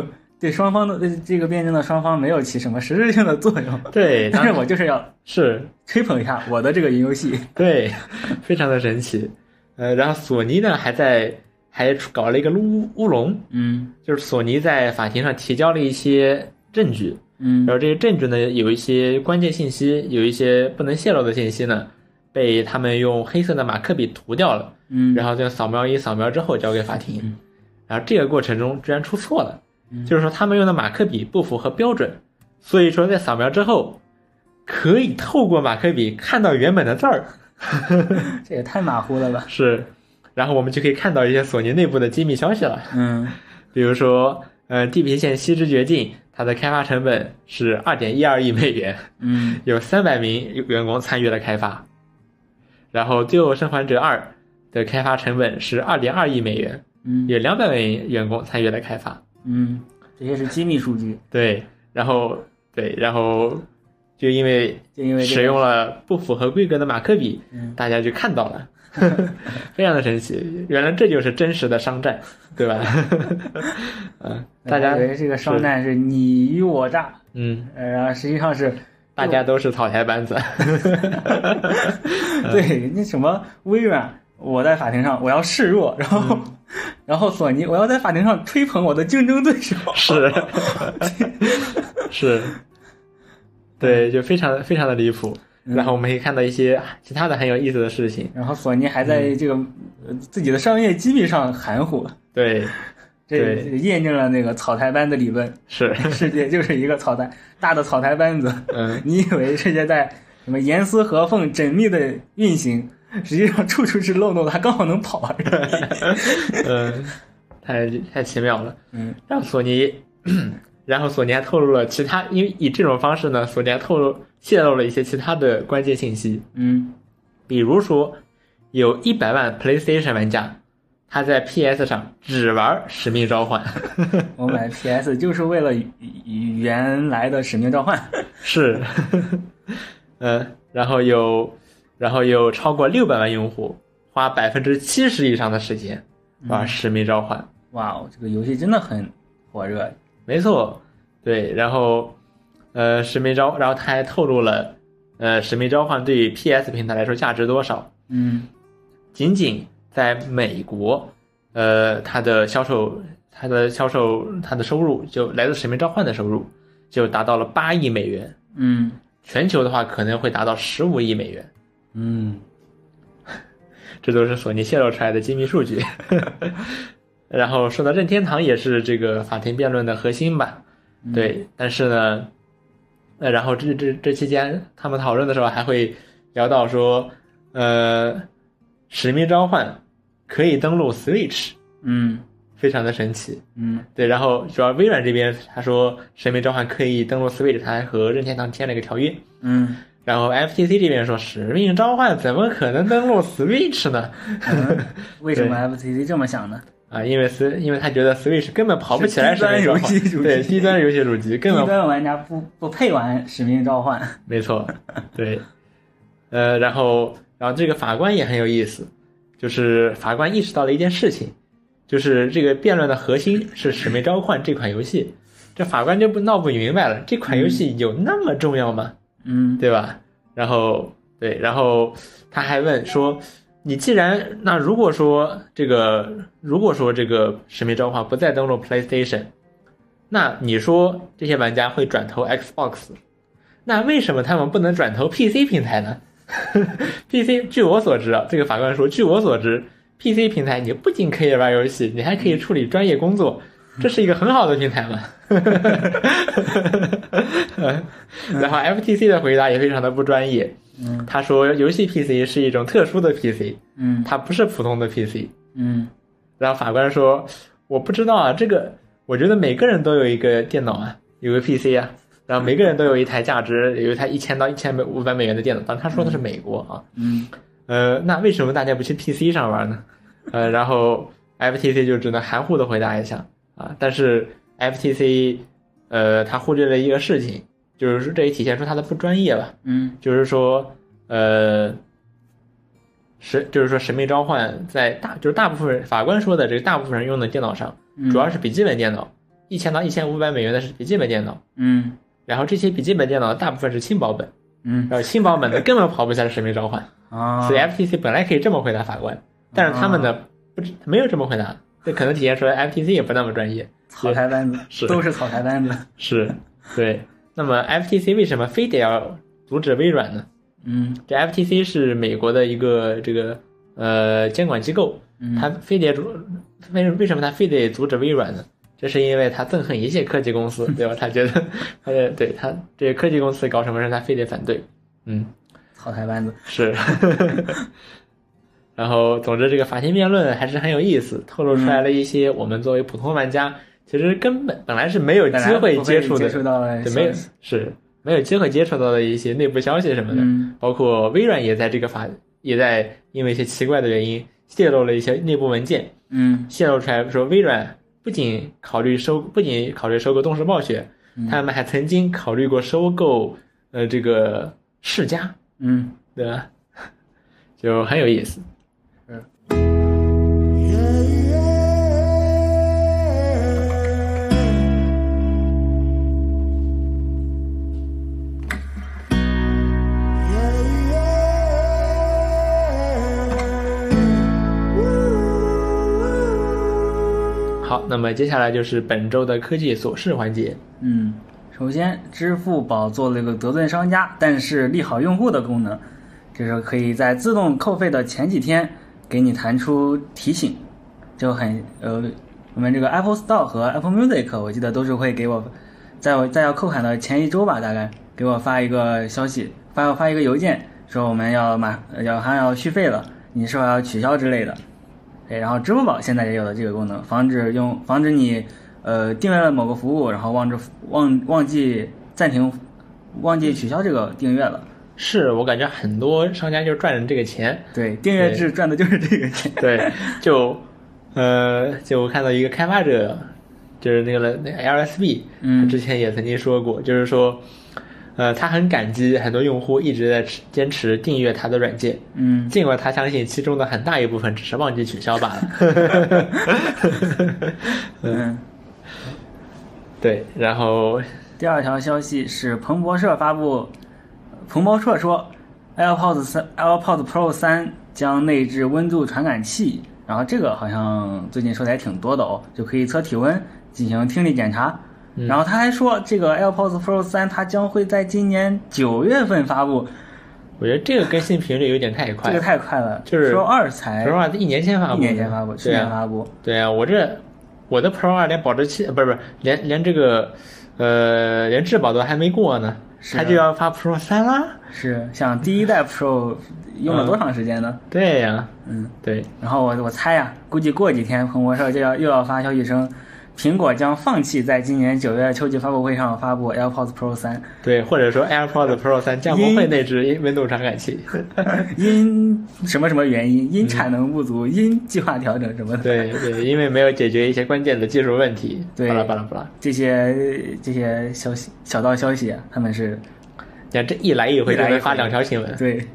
Speaker 2: 对双方的对这个辩证的双方没有起什么实质性的作用，
Speaker 1: 对，
Speaker 2: 但 是
Speaker 1: 当
Speaker 2: 我就是要
Speaker 1: 是
Speaker 2: 吹捧一下我的这个云游戏，
Speaker 1: 对，非常的神奇，呃，然后索尼呢还在还搞了一个乌乌龙。
Speaker 2: 嗯
Speaker 1: 就是索尼在法庭上提交了一些证据，然
Speaker 2: 嗯
Speaker 1: 后这些证据呢，有一些关键信息，有一些不能泄露的信息呢，被他们用黑色的马克笔涂掉了，
Speaker 2: 嗯，
Speaker 1: 然后就扫描仪扫描之后交给法庭
Speaker 2: 嗯，
Speaker 1: 然后这个过程中居然出错了
Speaker 2: 嗯，
Speaker 1: 就是说他们用的马克笔不符合标准，所以说在扫描之后，可以透过马克笔看到原本的字儿，
Speaker 2: 这也太马虎了吧，
Speaker 1: 是，然后我们就可以看到一些索尼内部的机密消息了。
Speaker 2: 嗯
Speaker 1: 比如说，呃，《地平线：西之绝境》它的开发成本是二点一二亿美元，
Speaker 2: 嗯
Speaker 1: 有三百名员工参与了开发。然后，《最后生还者二》的开发成本是二点二亿美元，
Speaker 2: 嗯
Speaker 1: 有两百名员工参与了开发。
Speaker 2: 嗯，这些是机密数据，
Speaker 1: 对，然后对，然后就因为
Speaker 2: 就因为这
Speaker 1: 使
Speaker 2: 个
Speaker 1: 用了不符合规格的马克笔，
Speaker 2: 嗯
Speaker 1: 大家就看到 了。非常的神奇，原来这就是真实的商战，对吧？ 嗯，大家
Speaker 2: 呃以为这个商战是你虞我诈，
Speaker 1: 嗯，
Speaker 2: 呃然后实际上是
Speaker 1: 大家都是草台班 子。
Speaker 2: 对，那什么微软，我在法庭上我要示弱，然后、然后索尼，我要在法庭上吹捧我的竞争对手。
Speaker 1: 是是，对，就非常非常的离谱。
Speaker 2: 嗯
Speaker 1: 然后我们可以看到一些其他的很有意思的事情。
Speaker 2: 然后索尼还在这个、呃自己的商业机密上含糊，
Speaker 1: 对，
Speaker 2: 这
Speaker 1: 对
Speaker 2: 这验证了那个草台班子理论，
Speaker 1: 是，
Speaker 2: 世界就是一个草台大的草台班子。
Speaker 1: 嗯，
Speaker 2: 你以为世界在什么严丝合缝、缜密的运行，实际上处处是漏洞，它刚好能跑。
Speaker 1: 嗯，太太奇妙了。
Speaker 2: 嗯
Speaker 1: 让索尼， 然后索尼还透露了其他，因为以这种方式呢，索尼还透露泄露了一些其他的关键信息，
Speaker 2: 嗯
Speaker 1: 比如说，有一百万 PlayStation 玩家，他在 PS 上只玩《使命召唤》。
Speaker 2: 我买 PS 就是为了与与原来的使命召唤。
Speaker 1: 是， 嗯，然后有，然后有超过六百万用户花百分之七十以上的时间玩《使命召唤》
Speaker 2: 哇哦，这个游戏真的很火热。
Speaker 1: 没错，对，然后，呃，《使命召》，然后他还透露了，呃，《使命召唤》对于 PS 平台来说价值多少？
Speaker 2: 嗯
Speaker 1: 仅仅在美国，呃，它的销售，它的销售，它的收入就来自《使命召唤》的收入就达到了八亿美元，
Speaker 2: 嗯
Speaker 1: 全球的话可能会达到十五亿美元。
Speaker 2: 嗯
Speaker 1: 这都是索尼泄露出来的机密数据。然后说到任天堂也是这个法庭辩论的核心吧，对。但是呢，呃，然后这这这期间他们讨论的时候还会聊到说，呃，《使命召唤》可以登录 Switch，
Speaker 2: 嗯
Speaker 1: 非常的神奇。
Speaker 2: 嗯
Speaker 1: 对，然后主要微软这边他说《使命召唤》可以登录 Switch，他还和任天堂签了一个条约。
Speaker 2: 嗯，
Speaker 1: 然后 FTC 这边说，《使命召唤》怎么可能登录 Switch 呢？
Speaker 2: 为什么 FTC 这么想呢？
Speaker 1: 啊，因为 S 因为他觉得 Switch 根本跑不起来
Speaker 2: 是
Speaker 1: 使命
Speaker 2: 低端
Speaker 1: 召
Speaker 2: 游
Speaker 1: 唤，
Speaker 2: 戏主机
Speaker 1: 对低端游戏主机
Speaker 2: 低
Speaker 1: 根本
Speaker 2: 端玩家不不配玩使命召唤。
Speaker 1: 没错，对，呃，然后然后这个法官也很有意思，就是法官意识到了一件事情，就是这个辩论的核心是《使命召唤》这款游戏，这法官就不闹不明白了，这款游戏有那么重要吗？
Speaker 2: 嗯
Speaker 1: 对吧？然后对，然后他还问说，你既然那如果说这个如果说这个《使命召唤》不再登陆 PlayStation，那你说这些玩家会转投 Xbox，那为什么他们不能转投 PC 平台呢 ？PC 据我所知啊，这个法官说，据我所知，PC 平台你不仅可以玩游戏，你还可以处理专业工作。这是一个很好的平台嘛， 然后 FTC 的回答也非常的不专业，
Speaker 2: 嗯
Speaker 1: 他说游戏 PC 是一种特殊的 PC，
Speaker 2: 嗯
Speaker 1: 它不是普通的 PC。
Speaker 2: 嗯
Speaker 1: 然后法官说：“我不知道啊，这个我觉得每个人都有一个电脑啊，有个 PC 啊，然后每个人都有一台价值有一台一千到一千五百美元的电脑。当然他说的是美国啊，
Speaker 2: 嗯
Speaker 1: 呃，那为什么大家不去 PC 上玩呢？呃，然后 FTC 就只能含糊的回答一下啊。但是 FTC，呃，他忽略了一个事情，就是说这也体现出他的不专业吧。
Speaker 2: 嗯
Speaker 1: 就是说，呃，神就是说《神秘召唤》在大就是大部分人法官说的这个大部分人用的电脑上，
Speaker 2: 嗯，
Speaker 1: 主要是笔记本电脑，一千到一千五百美元的是笔记本电脑，
Speaker 2: 嗯
Speaker 1: 然后这些笔记本电脑大部分是轻薄本，
Speaker 2: 嗯
Speaker 1: 然后轻薄本的根本跑不下《神秘召唤》
Speaker 2: 啊，
Speaker 1: 所以 FTC 本来可以这么回答法官，但是他们呢不知没有这么回答，这可能体现出来 FTC 也不那么专业，
Speaker 2: 草台班子
Speaker 1: 是
Speaker 2: 都是草台班子，
Speaker 1: 是对。那么 FTC 为什么非得要阻止微软呢？
Speaker 2: 嗯
Speaker 1: 这 FTC 是美国的一个这个呃监管机构，
Speaker 2: 嗯，
Speaker 1: 它非得阻，为为什么它非得阻止微软呢？这是因为它憎恨一切科技公司，对吧？它觉得，呃，对它这些科技公司搞什么事，它非得反对。嗯，
Speaker 2: 草台班子，
Speaker 1: 是。 然后，总之，这个法庭辩论还是很有意思，透露出
Speaker 2: 嗯
Speaker 1: 来了一些我们作为普通玩家其实根本本来是没有
Speaker 2: 本
Speaker 1: 机
Speaker 2: 来
Speaker 1: 会
Speaker 2: 不
Speaker 1: 接触
Speaker 2: 接
Speaker 1: 的，
Speaker 2: 触到了
Speaker 1: 对，没有
Speaker 2: 消息
Speaker 1: 是没有机会接触到的一些内部消息什么的。
Speaker 2: 嗯
Speaker 1: 包括微软也在这个法也在因为一些奇怪的原因泄露了一些内部文件，
Speaker 2: 嗯
Speaker 1: 泄露出来说微软不仅考虑收不仅考虑收购动视暴雪，
Speaker 2: 嗯
Speaker 1: 他们还曾经考虑过收购呃这个世嘉，
Speaker 2: 嗯
Speaker 1: 对吧？ 就很有意思。好，那么接下来就是本周的科技琐事环节。
Speaker 2: 嗯，首先支付宝做了一个得罪商家但是利好用户的功能，就是可以在自动扣费的前几天给你弹出提醒，就很呃，我们这个 Apple Store 和 Apple Music 我记得都是会给我，在我在要扣款的前一周吧，大概给我发一个消息，发发一个邮件说我们要马要还要续费了，你是否要取消之类的。对，哎然后支付宝现在也有了这个功能，防止用防止你呃订阅了某个服务，然后忘记忘忘记暂停，忘记取消这个订阅了。
Speaker 1: 是我感觉很多商家就赚着这个钱，
Speaker 2: 对，订阅制赚的就是这个钱。
Speaker 1: 对，就呃，就我看到一个开发者，就是那个那 LSB，
Speaker 2: 嗯
Speaker 1: 他之前也曾经说过，就是说，呃，他很感激很多用户一直在持坚持订阅他的软件，
Speaker 2: 嗯
Speaker 1: 尽管他相信其中的很大一部分只是忘记取消罢了。
Speaker 2: 嗯。
Speaker 1: 对，然后
Speaker 2: 第二条消息是彭博社发布，彭博社说，AirPods 三 AirPods Pro 三将内置温度传感器，然后这个好像最近说的还挺多的哦，就可以测体温，进行听力检查。
Speaker 1: 嗯
Speaker 2: 然后他还说，这个 AirPods Pro 三它将会在今年九月份发布，
Speaker 1: 我觉得这个更新频率有点太
Speaker 2: 这
Speaker 1: 快
Speaker 2: 个
Speaker 1: 了。
Speaker 2: 太快了
Speaker 1: 就是
Speaker 2: ，Pro 二才
Speaker 1: Pro 二一年前发布
Speaker 2: 一
Speaker 1: 的，
Speaker 2: 年前发布，去
Speaker 1: 对
Speaker 2: 年
Speaker 1: 啊，
Speaker 2: 发布，
Speaker 1: 对啊，我这我的 Pro 二连保质期，呃不是不是，连连这个呃连质保都还没过呢，
Speaker 2: 是啊
Speaker 1: 他就要发 Pro 三啦。
Speaker 2: 是像第一代 Pro 用了多长时间呢？
Speaker 1: 对呀、
Speaker 2: 嗯
Speaker 1: 对，
Speaker 2: 然后我我猜呀、估计过几天彭博社就要又要发消息称，苹果将放弃在今年九月秋季发布会上发布 AirPods Pro 三，
Speaker 1: 对，或者说 AirPods Pro 三将不会内置温度传感 器。
Speaker 2: 因什么什么原因，因产能不足，因计划调整什么的，
Speaker 1: 对对，因为没有解决一些关键的技术问题。
Speaker 2: 对
Speaker 1: 巴拉巴拉巴拉。
Speaker 2: 这些这些消息小道消息、啊，他们是
Speaker 1: 你看这一来一回
Speaker 2: 一
Speaker 1: 就
Speaker 2: 来一回
Speaker 1: 能发两条新闻。
Speaker 2: 对，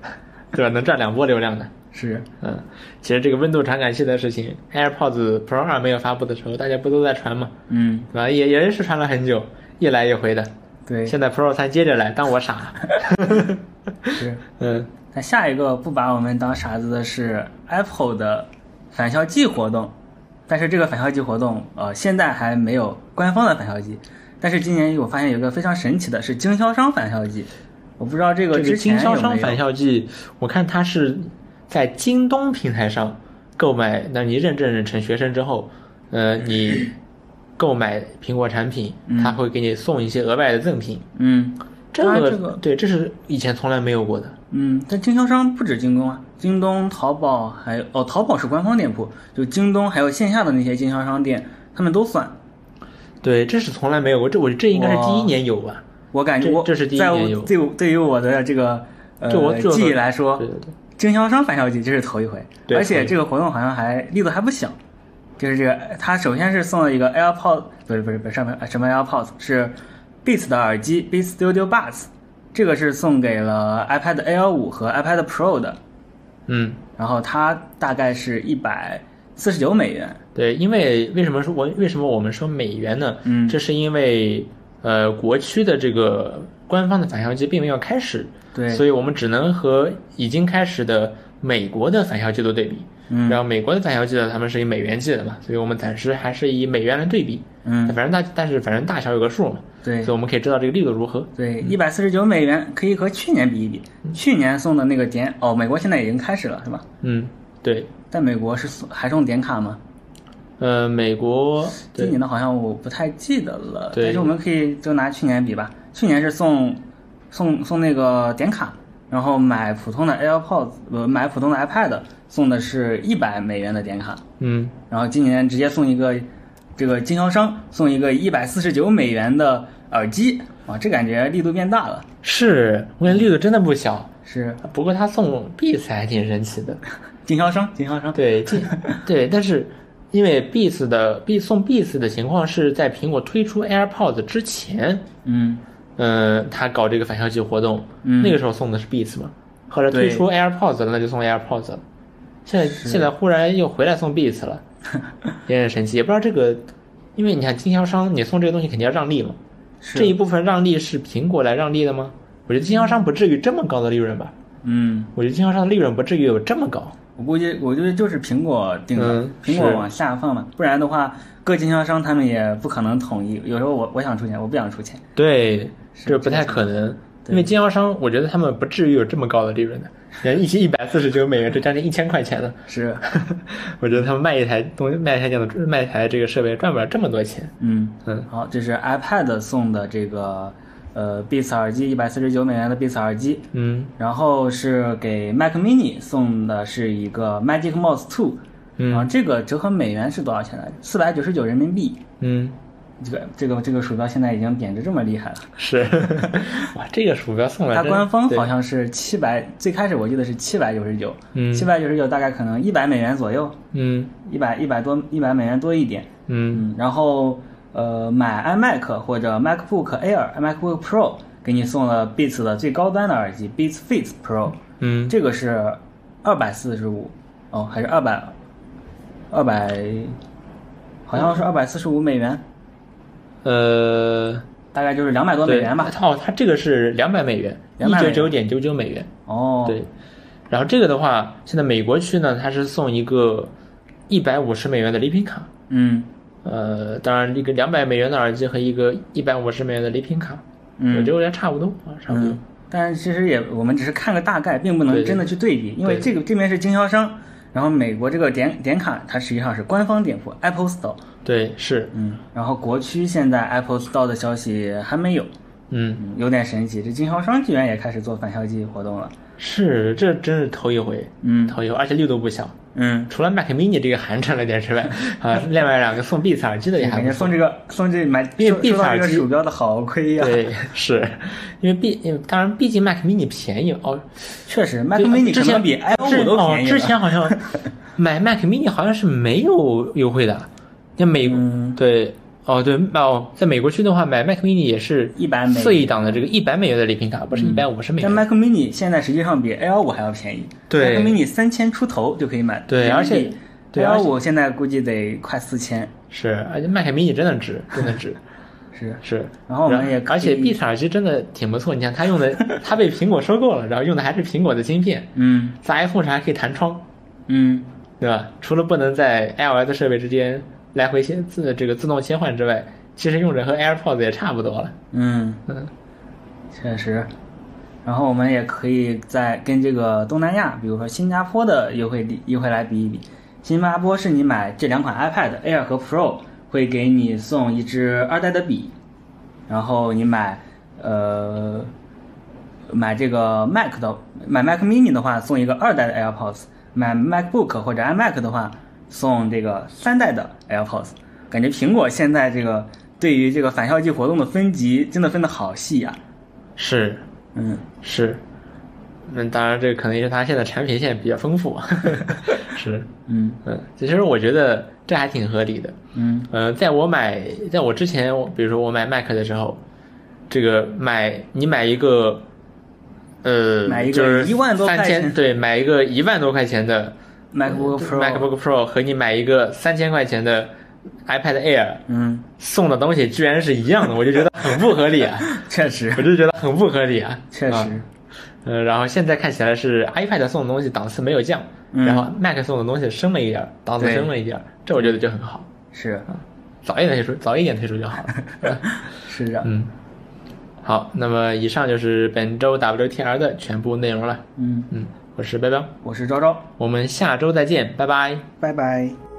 Speaker 1: 对吧？能赚两波流 量的。
Speaker 2: 是，
Speaker 1: 嗯，其实这个温度传感器的事情，AirPods Pro 二没有发布的时候，大家不都在传嘛，
Speaker 2: 嗯，
Speaker 1: 对吧？也也是传了很久，一来一回的。
Speaker 2: 对，
Speaker 1: 现在 Pro 三接着来，当我傻。
Speaker 2: 是。
Speaker 1: 嗯，
Speaker 2: 那下一个不把我们当傻子的是 Apple 的返校季活动，但是这个返校季活动，呃，现在还没有官方的返校季，但是今年我发现有一个非常神奇的是经销商返校季，我不知道这个
Speaker 1: 这个
Speaker 2: 之前
Speaker 1: 经
Speaker 2: 有
Speaker 1: 销
Speaker 2: 没有。
Speaker 1: 商返校季，我看它是在京东平台上购买，那你认证成学生之后，呃，你购买苹果产品，它会给你送一些额外的赠品。
Speaker 2: 嗯，
Speaker 1: 这
Speaker 2: 当然
Speaker 1: 个、
Speaker 2: 这个
Speaker 1: 对，这是以前从来没有过的。
Speaker 2: 嗯，但经销商不止京东啊，京东、淘宝还有哦，淘宝是官方店铺，就京东还有线下的那些经销商店，他们都算。
Speaker 1: 对，这是从来没有过，这我这应该是第一
Speaker 2: 哇
Speaker 1: 年有吧？
Speaker 2: 我感觉
Speaker 1: 这
Speaker 2: 我
Speaker 1: 这是第一
Speaker 2: 在
Speaker 1: 年
Speaker 2: 我
Speaker 1: 有
Speaker 2: 对我对于我的这个呃
Speaker 1: 这我这
Speaker 2: 记忆来说
Speaker 1: 对，对对，
Speaker 2: 经销商返校季这是头一回，
Speaker 1: 对
Speaker 2: 而
Speaker 1: 头一
Speaker 2: 且
Speaker 1: 回
Speaker 2: 这个活动好像还力度还不小，就是这个他首先是送了一个 AirPods，不是不是不是上面什么 AirPods 是 Beats 的耳机 Beats Studio Buds，这个是送给了 iPad Air 五和 iPad Pro 的，
Speaker 1: 嗯，
Speaker 2: 然后它大概是一百四十九美元，
Speaker 1: 对，因为为什么说我为什么我们说美元呢？
Speaker 2: 嗯
Speaker 1: 这是因为呃国区的这个官方的返校季并没有开始，
Speaker 2: 对
Speaker 1: 所以我们只能和已经开始的美国的返校季做对比。
Speaker 2: 嗯
Speaker 1: 然后美国的返校季呢，他们是以美元计的嘛，所以我们暂时还是以美元来对比。
Speaker 2: 嗯，
Speaker 1: 反正大但是反正大小有个数嘛，
Speaker 2: 对
Speaker 1: 所以我们可以知道这个力度如何。
Speaker 2: 对，一百四十九美元可以和去年比一比，去年送的那个点哦，美国现在已经开始了是吧？
Speaker 1: 嗯，对，
Speaker 2: 但美国是送还送点卡吗？
Speaker 1: 呃，美国
Speaker 2: 今
Speaker 1: 对
Speaker 2: 年的好像我不太记得了，
Speaker 1: 对
Speaker 2: 但是我们可以就拿去年比吧。去年是送送送那个点卡，然后买普通的 AirPods，呃，买普通的 iPad 送的是一百美元的点卡，
Speaker 1: 嗯。
Speaker 2: 然后今年直接送一个这个经销商送一个一百四十九美元的耳机，啊，这感觉力度变大了，
Speaker 1: 是，我感觉力度真的不小。
Speaker 2: 是
Speaker 1: 不过他送 Beats 还挺神奇的，
Speaker 2: 经销商，经销商，
Speaker 1: 对，这对，但是因为 Beats 的 B 送 Beats 的情况是在苹果推出 AirPods 之前，
Speaker 2: 嗯
Speaker 1: 嗯，他搞这个返校季活动，
Speaker 2: 嗯
Speaker 1: 那个时候送的是 Beats 嘛，后来推
Speaker 2: 对
Speaker 1: 出 AirPods 了，那就送 AirPods 了，现在现在忽然又回来送 Beats 了，有点神奇，也不知道这个，因为你看经销商，你送这个东西肯定要让利嘛，
Speaker 2: 是
Speaker 1: 这一部分让利是苹果来让利的吗？我觉得经销商不至于这么高的利润吧。
Speaker 2: 嗯，
Speaker 1: 我觉得经销商的利润不至于有这么高。
Speaker 2: 我估计，我觉得就是苹果定的，
Speaker 1: 嗯
Speaker 2: 苹果
Speaker 1: 是
Speaker 2: 往下放嘛，不然的话，各经销商他们也不可能统一。有时候我我想出钱，我不想出钱，
Speaker 1: 对，
Speaker 2: 是
Speaker 1: 这不太可能，因为经销商，我觉得他们不至于有这么高的利润的。人一期一百四十九美元，这将近一千块钱了。
Speaker 2: 是，
Speaker 1: 我觉得他们卖一台东西，卖一台电脑，卖一台这个设备赚不了这么多钱。
Speaker 2: 嗯，
Speaker 1: 嗯，
Speaker 2: 好，这是 iPad 送的这个呃 Beats 耳机，一百四十九美元的 Beats 耳机，
Speaker 1: 嗯
Speaker 2: 然后是给 Mac Mini 送的是一个 Magic Mouse Two，然后
Speaker 1: 嗯
Speaker 2: 这个折合美元是多少钱来着？四百九十九人民币。
Speaker 1: 嗯，
Speaker 2: 这个这个这个鼠标现在已经贬值这么厉害了，
Speaker 1: 是， 哇，这个鼠标送来
Speaker 2: 它
Speaker 1: 真，
Speaker 2: 官方好
Speaker 1: 对
Speaker 2: 像是七百，最开始我记得是七百九十九，
Speaker 1: 嗯
Speaker 2: 七百九十九大概可能一百美元左右，
Speaker 1: 嗯
Speaker 2: 一百一百多一百美元多一点。
Speaker 1: 嗯
Speaker 2: 嗯，然后呃，买 iMac 或者 MacBook Air、MacBook Pro 给你送了 Beats 的最高端的耳机 Beats Fit Pro，
Speaker 1: 嗯，
Speaker 2: 这个是二百四十五，哦，还是二百二百，好像是二百四十五美元，
Speaker 1: 呃，
Speaker 2: 大概就是两百多美
Speaker 1: 对，
Speaker 2: 元吧。
Speaker 1: 哦，它这个是两百美元，一
Speaker 2: 200
Speaker 1: 九
Speaker 2: 美
Speaker 1: 九
Speaker 2: 元
Speaker 1: 点九九美元。
Speaker 2: 哦，
Speaker 1: 对，然后这个的话，现在美国区呢，它是送一个一百五十美元的礼品卡，
Speaker 2: 嗯
Speaker 1: 呃，当然一个两百美元的耳机和一个一百五十美元的礼品卡，
Speaker 2: 嗯
Speaker 1: 我觉得有点差不多啊，差不多。
Speaker 2: 嗯，但其实也我们只是看个大概，并不能
Speaker 1: 对
Speaker 2: 真的去对比，因为
Speaker 1: 对
Speaker 2: 这个这边是经销商，然后美国这个点点卡它实际上是官方店铺 Apple Store，
Speaker 1: 对，是，
Speaker 2: 嗯，然后国区现在 Apple Store 的消息还没有，
Speaker 1: 嗯，
Speaker 2: 嗯，有点神奇，这经销商居然也开始做返校季活动了，
Speaker 1: 是，这真是头一回，
Speaker 2: 嗯
Speaker 1: 头一回，而且力度不小。
Speaker 2: 嗯，
Speaker 1: 除了 Mac Mini 这个寒碜了点 之外，啊，另外两个送 Beats 耳机的也还
Speaker 2: 感
Speaker 1: 不
Speaker 2: 觉
Speaker 1: 错
Speaker 2: 送。这个送这买
Speaker 1: 因为
Speaker 2: 收
Speaker 1: 必
Speaker 2: 收到
Speaker 1: 卡
Speaker 2: 这个
Speaker 1: 机
Speaker 2: 鼠标的好亏呀、
Speaker 1: 对，是因为毕，因为当然，毕竟 Mac Mini 便宜哦，
Speaker 2: 确实，Mac
Speaker 1: 对啊
Speaker 2: Mini
Speaker 1: 之
Speaker 2: 可
Speaker 1: 前
Speaker 2: 能比 iPhone
Speaker 1: 之
Speaker 2: 五都便
Speaker 1: 哦。
Speaker 2: 宜
Speaker 1: 之
Speaker 2: 了
Speaker 1: 前好像 买 Mac Mini 好像是没有优惠的，那美、
Speaker 2: 嗯
Speaker 1: 对哦，对，哦，在美国区的话，买 Mac mini 也是
Speaker 2: 100美嗯
Speaker 1: 四亿档的这个一百美元的礼品卡，不是一百五十美
Speaker 2: 但
Speaker 1: 元。
Speaker 2: Mac mini 现在实际上比 Air 五还要便宜
Speaker 1: 对
Speaker 2: ，Mac mini 三千出头就可以买，
Speaker 1: 对而且对而
Speaker 2: Air
Speaker 1: 且
Speaker 2: 五现在估计得快四千，
Speaker 1: 是，而且 Mac mini 真的值，真的值。
Speaker 2: 是。
Speaker 1: 是，
Speaker 2: 然后我们也可以
Speaker 1: 而且 B 厂其实真的挺不错，你看它用的，它被苹果收购了，然后用的还是苹果的芯片，
Speaker 2: 嗯
Speaker 1: 在 iPhone 上还可以弹窗，
Speaker 2: 嗯，
Speaker 1: 对吧？除了不能在 iOS 设备之间来回切自这个自动切换之外，其实用着和 AirPods 也差不多了。
Speaker 2: 嗯，
Speaker 1: 嗯，
Speaker 2: 确实。然后我们也可以再跟这个东南亚，比如说新加坡的优惠力优惠来比一比。新加坡是你买这两款 iPad Air 和 Pro 会给你送一支二代的笔，然后你买呃买这个 Mac 的买 Mac Mini 的话送一个二代的 AirPods，买 MacBook 或者 iMac 的话送这个三代的 AirPods。感觉苹果现在这个对于这个返校季活动的分级真的分的好细啊。
Speaker 1: 是
Speaker 2: 嗯，
Speaker 1: 是，那当然这可能也是它现在产品线比较丰富。 是，
Speaker 2: 嗯
Speaker 1: 嗯，其实我觉得这还挺合理的。
Speaker 2: 嗯
Speaker 1: 呃，在我买，在我之前，我比如说我买 Mac 的时候，这个买你买一个，呃，
Speaker 2: 买一个
Speaker 1: 就是
Speaker 2: 10,000多块
Speaker 1: 三千
Speaker 2: 钱
Speaker 1: 对，买一个一万多块钱的
Speaker 2: ，MacBook Pro。
Speaker 1: MacBook Pro 和你买一个三千块钱的 iPad Air
Speaker 2: 嗯，
Speaker 1: 送的东西居然是一样的，我就觉得很不合 理啊，
Speaker 2: 确实
Speaker 1: 我就觉得很不合理啊，
Speaker 2: 确
Speaker 1: 啊
Speaker 2: 实。
Speaker 1: 呃，然后现在看起来是 iPad 送的东西档次没有降，
Speaker 2: 嗯
Speaker 1: 然后 Mac 送的东西升了一点儿，档次
Speaker 2: 对
Speaker 1: 升了一点儿，这我觉得就很好。
Speaker 2: 是
Speaker 1: 早一点推出，早一点推出就 好了。
Speaker 2: 是的。
Speaker 1: 嗯，好，那么以上就是本周 WTR 的全部内容了。
Speaker 2: 嗯，
Speaker 1: 嗯，我是彪彪，
Speaker 2: 我是昭昭，
Speaker 1: 我们下周再见，拜拜。
Speaker 2: 拜拜。